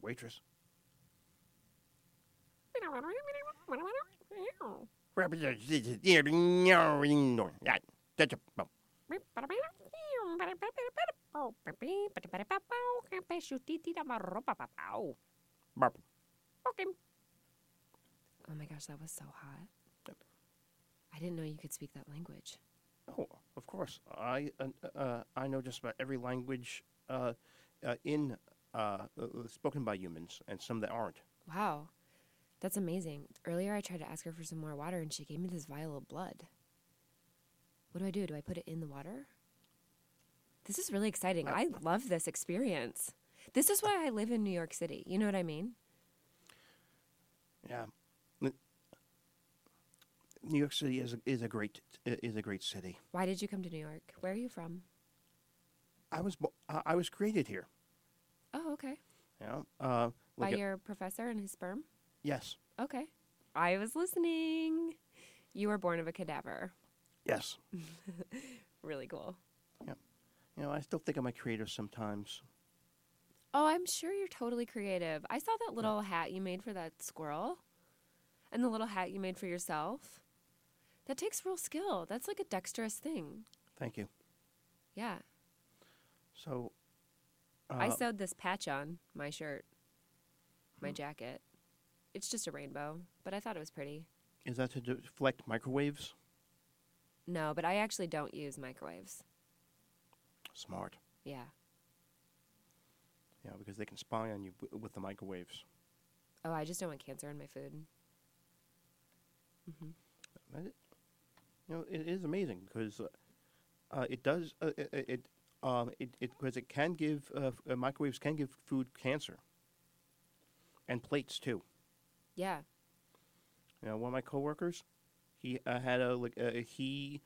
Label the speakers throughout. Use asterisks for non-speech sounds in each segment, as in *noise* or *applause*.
Speaker 1: Waitress. Ketchup. Burp.
Speaker 2: Oh my gosh, that was so hot. I didn't know you could speak that language.
Speaker 1: Oh, of course. I uh, uh, I know just about every language uh, uh, in uh, uh, spoken by humans, and some that aren't.
Speaker 2: Wow. That's amazing. Earlier, I tried to ask her for some more water and she gave me this vial of blood. What do I do? Do I put it in the water? This is really exciting. I love this experience. This is why I live in New York City. You know what I mean?
Speaker 1: Yeah. N- New York City is a, is a great is a great city.
Speaker 2: Why did you come to New York? Where are you from?
Speaker 1: I was bo- I I was created here.
Speaker 2: Oh, okay.
Speaker 1: You know? uh,
Speaker 2: By
Speaker 1: like a-
Speaker 2: your professor and his sperm?
Speaker 1: yes,
Speaker 2: Okay. I was listening. You were born of a cadaver.
Speaker 1: yes.
Speaker 2: Really cool.
Speaker 1: You know, I still think I'm a creative sometimes.
Speaker 2: Oh, I'm sure you're totally creative. I saw that little hat you made for that squirrel and the little hat you made for yourself. That takes real skill. That's like a dexterous thing.
Speaker 1: Thank you.
Speaker 2: Yeah.
Speaker 1: So, uh,
Speaker 2: I sewed this patch on my shirt, my jacket. It's just a rainbow, but I thought it was pretty.
Speaker 1: is that to deflect microwaves?
Speaker 2: No, but I actually don't use microwaves.
Speaker 1: Smart.
Speaker 2: Yeah.
Speaker 1: Yeah, because they can spy on you w- with the microwaves.
Speaker 2: Oh, I just don't want cancer in my food.
Speaker 1: That it- you know, it is amazing because uh, uh, it does uh, it it um, it because it, can give uh, f- uh, microwaves can give food cancer and plates too.
Speaker 2: Yeah.
Speaker 1: You know, one of my coworkers, he uh, had a like uh, he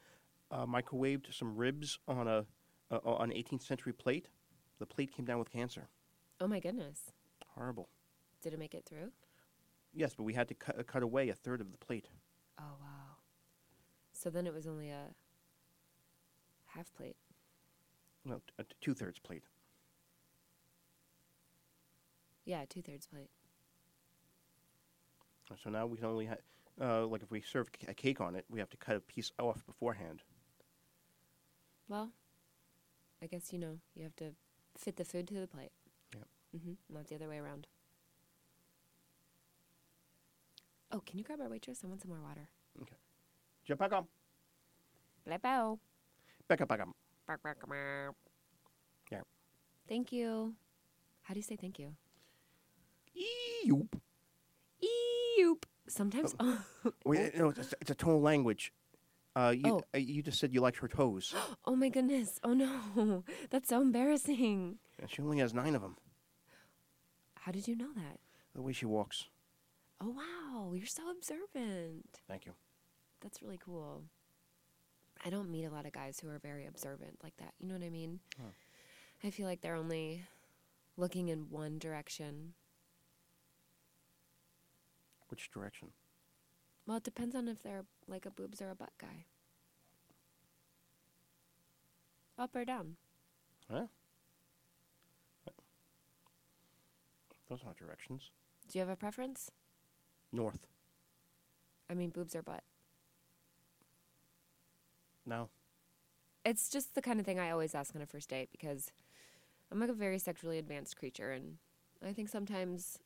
Speaker 1: uh, microwaved some ribs on a uh, on an 18th century plate. The plate came down with cancer.
Speaker 2: Oh my goodness.
Speaker 1: Horrible.
Speaker 2: Did it make it through?
Speaker 1: Yes, but we had to cut, uh, cut away a third of the plate.
Speaker 2: Oh, wow. So then it was only a half plate.
Speaker 1: No, t- uh, two thirds plate.
Speaker 2: Yeah, two thirds plate.
Speaker 1: So now we can only ha- uh, like if we serve c- a cake on it, we have to cut a piece off beforehand.
Speaker 2: Well, I guess you know you have to fit the food to the plate.
Speaker 1: Yep.
Speaker 2: hmm Not the other way around. Oh, can you grab our waitress? I want some more water.
Speaker 1: Jump back up,
Speaker 2: Blepo.
Speaker 1: back up, back up.
Speaker 2: Bark, bark, meow.
Speaker 1: Yeah.
Speaker 2: Thank you. How do you say thank you?
Speaker 1: Eep.
Speaker 2: Eep. Sometimes. *laughs* Oh,
Speaker 1: Wait, eh, no, it's, it's a tonal language. Uh, you,
Speaker 2: Oh.
Speaker 1: uh, you just said you liked her toes,
Speaker 2: *gasps* oh my goodness. Oh no. *laughs* That's so embarrassing.
Speaker 1: and she only has nine of them.
Speaker 2: How did you know that?
Speaker 1: The way she walks.
Speaker 2: Oh wow. You're so observant.
Speaker 1: Thank you.
Speaker 2: That's really cool. I don't meet a lot of guys who are very observant like that. You know what I mean?
Speaker 1: Oh.
Speaker 2: I feel like they're only looking in one direction.
Speaker 1: Which direction?
Speaker 2: Well, it depends on if they're like a boobs or a butt guy. Up or down.
Speaker 1: Huh? Those aren't directions.
Speaker 2: Do you have a preference?
Speaker 1: North.
Speaker 2: I mean, boobs or butt.
Speaker 1: No.
Speaker 2: It's just the kind of thing I always ask on a first date because I'm like a very sexually advanced creature, and I think sometimes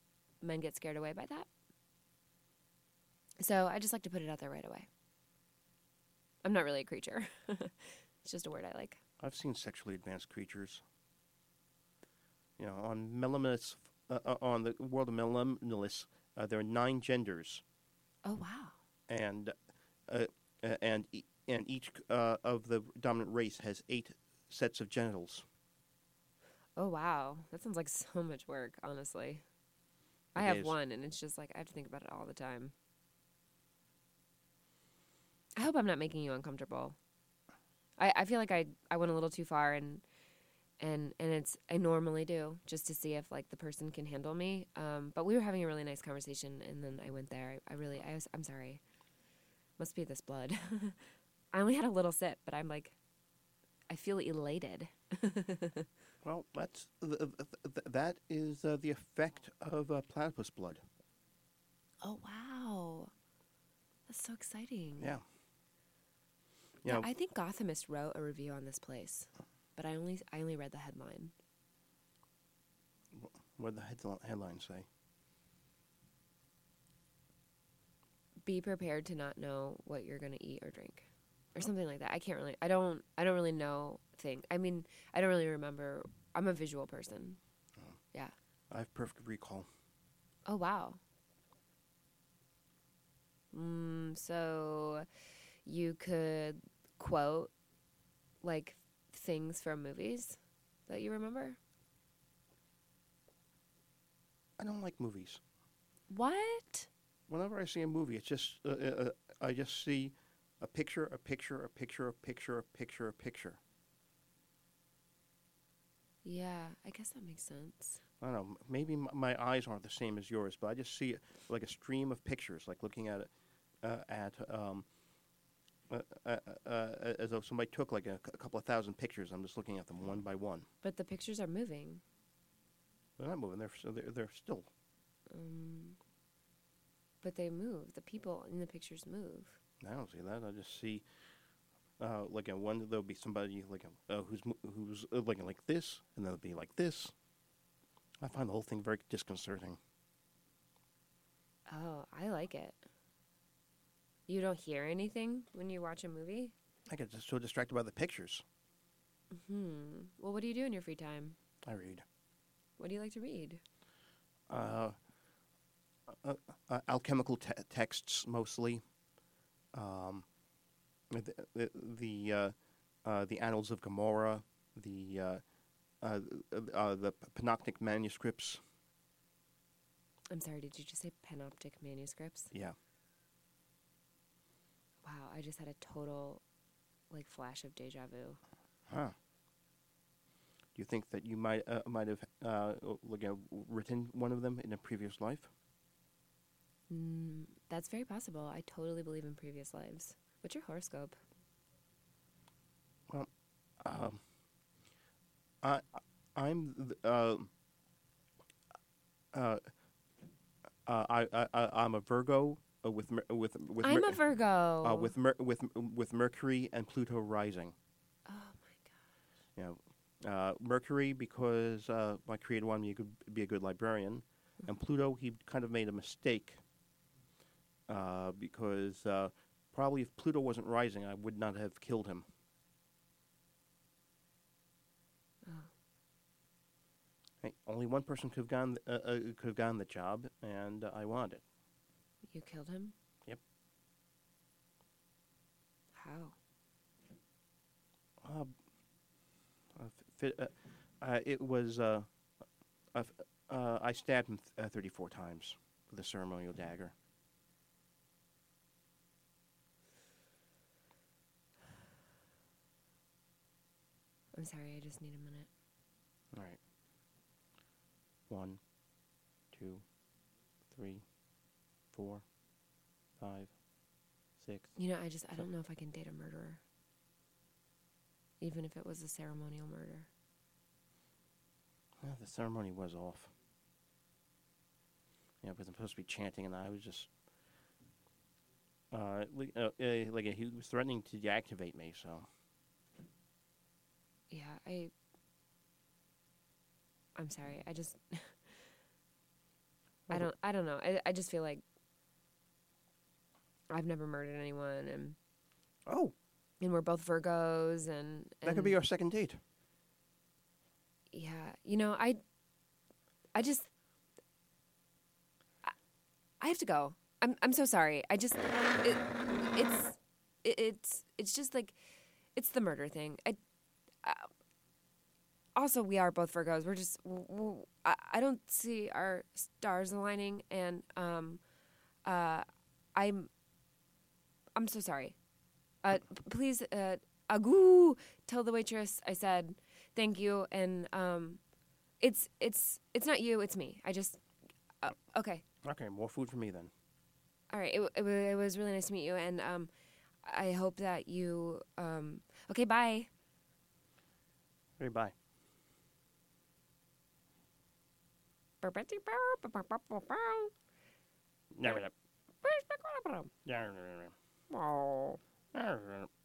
Speaker 2: men get scared away by that. So I just like to put it out there right away. I'm not really a creature, *laughs* it's just a word I like.
Speaker 1: I've seen sexually advanced creatures. You know, on Melamis, uh, uh, on the world of Melamis, uh, there are nine genders,
Speaker 2: Oh, wow.
Speaker 1: and uh, uh, and e- and each uh, of the dominant race has eight sets of genitals.
Speaker 2: Oh, wow. That sounds like *laughs* so much work, honestly. I
Speaker 1: It
Speaker 2: have
Speaker 1: is.
Speaker 2: one, and it's just like I have to think about it all the time. I hope I'm not making you uncomfortable. I, I feel like I, I went a little too far, and and and it's I normally do just to see if like the person can handle me. Um, but we were having a really nice conversation, and then I went there. I, I really I was, I'm sorry. Must be this blood. *laughs* *laughs* I only had a little sip, but I'm like, I feel elated.
Speaker 1: Well, that's th- th- th- that is uh, the effect of uh, platypus blood.
Speaker 2: Oh wow, that's so exciting.
Speaker 1: Yeah.
Speaker 2: Yeah,
Speaker 1: Yeah.
Speaker 2: I think Gothamist wrote a review on this place, but I only I only read the headline.
Speaker 1: What did the headl- headlines say?
Speaker 2: Be prepared to not know what you're gonna eat or drink, or something like that. I can't really. I don't. I don't really know thing. I mean, I don't really remember. I'm a visual person. Yeah.
Speaker 1: I have perfect recall.
Speaker 2: Oh wow. Mm, so you could quote like things from movies that you remember.
Speaker 1: I don't like movies.
Speaker 2: What?
Speaker 1: Whenever I see a movie, it's just uh, uh, uh, I just see a picture, a picture, a picture, a picture, a picture, a picture.
Speaker 2: Yeah, I guess that makes sense.
Speaker 1: I don't know. m- Maybe m- my eyes aren't the same as yours, but I just see it like a stream of pictures, like looking at it uh, at um, uh, uh, uh, uh, as though somebody took like a, c- a couple of thousand pictures. I'm just looking at them one by one.
Speaker 2: But the pictures are moving.
Speaker 1: They're not moving. They're so they're, they're still.
Speaker 2: Um, but they move. The people in the pictures move.
Speaker 1: I don't see that. I just see uh, like a one. There'll be somebody like a, uh, who's mo- who's uh, looking like this, and there'll be like this. I find the whole thing very disconcerting.
Speaker 2: Oh, I like it. You don't hear anything when you watch a movie?
Speaker 1: I get just so distracted by the pictures.
Speaker 2: Hmm. Well, what do you do in your free time?
Speaker 1: I read
Speaker 2: What do you like to read?
Speaker 1: uh, uh, uh, alchemical te- texts mostly. Um, the the the, uh, uh, the Annals of Gomorrah, the uh, uh, uh, uh, the Panoptic manuscripts.
Speaker 2: I'm sorry, did you just say panoptic manuscripts?
Speaker 1: Yeah.
Speaker 2: Wow, I just had a total like flash of deja vu.
Speaker 1: Huh. Do you think that you might uh, might have uh, like, uh, written one of them in a previous life?
Speaker 2: Mm, that's very possible. I totally believe in previous lives. What's your horoscope?
Speaker 1: Well, um, I I'm th- uh, uh, uh, I, I I- I'm a Virgo uh, with mer- with with
Speaker 2: I'm
Speaker 1: mer-
Speaker 2: a Virgo.
Speaker 1: uh, with mer- with with Mercury and Pluto rising.
Speaker 2: oh my
Speaker 1: You know. Uh, Mercury, because uh, my creator wanted me to g- be a good librarian, and Pluto, he kind of made a mistake uh, because uh, probably if Pluto wasn't rising, I would not have killed him.
Speaker 2: god. Oh.
Speaker 1: Hey, only one person could have gotten uh, uh, could have gotten the job, and uh, I wanted it.
Speaker 2: You killed him?
Speaker 1: Yep.
Speaker 2: How?
Speaker 1: Uh, uh, fi- uh, uh, it was uh, uh, f- uh, I stabbed him th- uh, thirty four times with a ceremonial dagger.
Speaker 2: I'm sorry, I just need a minute.
Speaker 1: All right. One, two, three, four, five, six.
Speaker 2: You know, I just, I don't know if I can date a murderer. Even if it was a ceremonial murder.
Speaker 1: Yeah, Ah, the ceremony was off. Yeah, because I'm supposed to be chanting, and I was just uh, like, uh, uh, like uh, he was threatening to deactivate me. So
Speaker 2: Yeah, I. I'm sorry, I just. *laughs* I
Speaker 1: Okay.
Speaker 2: don't, I don't know. I, I just feel like I've never murdered anyone and.
Speaker 1: oh,
Speaker 2: And we're both Virgos, and,
Speaker 1: that could
Speaker 2: and-
Speaker 1: be our second date.
Speaker 2: yeah you know i i just I- i have to go i'm i'm so sorry i just it, it's it, it's it's just like it's the murder thing i uh, also we are both virgos we're just w- w- I, I don't see our stars aligning and um uh i'm i'm so sorry uh p- please uh agoo tell the waitress i said thank you and um it's it's it's not you it's me i just uh, okay
Speaker 1: Okay, more food for me then.
Speaker 2: all right it, w- it, w- it was really nice to meet you and um i hope that you um okay bye
Speaker 1: Okay, bye.
Speaker 3: Never. Never.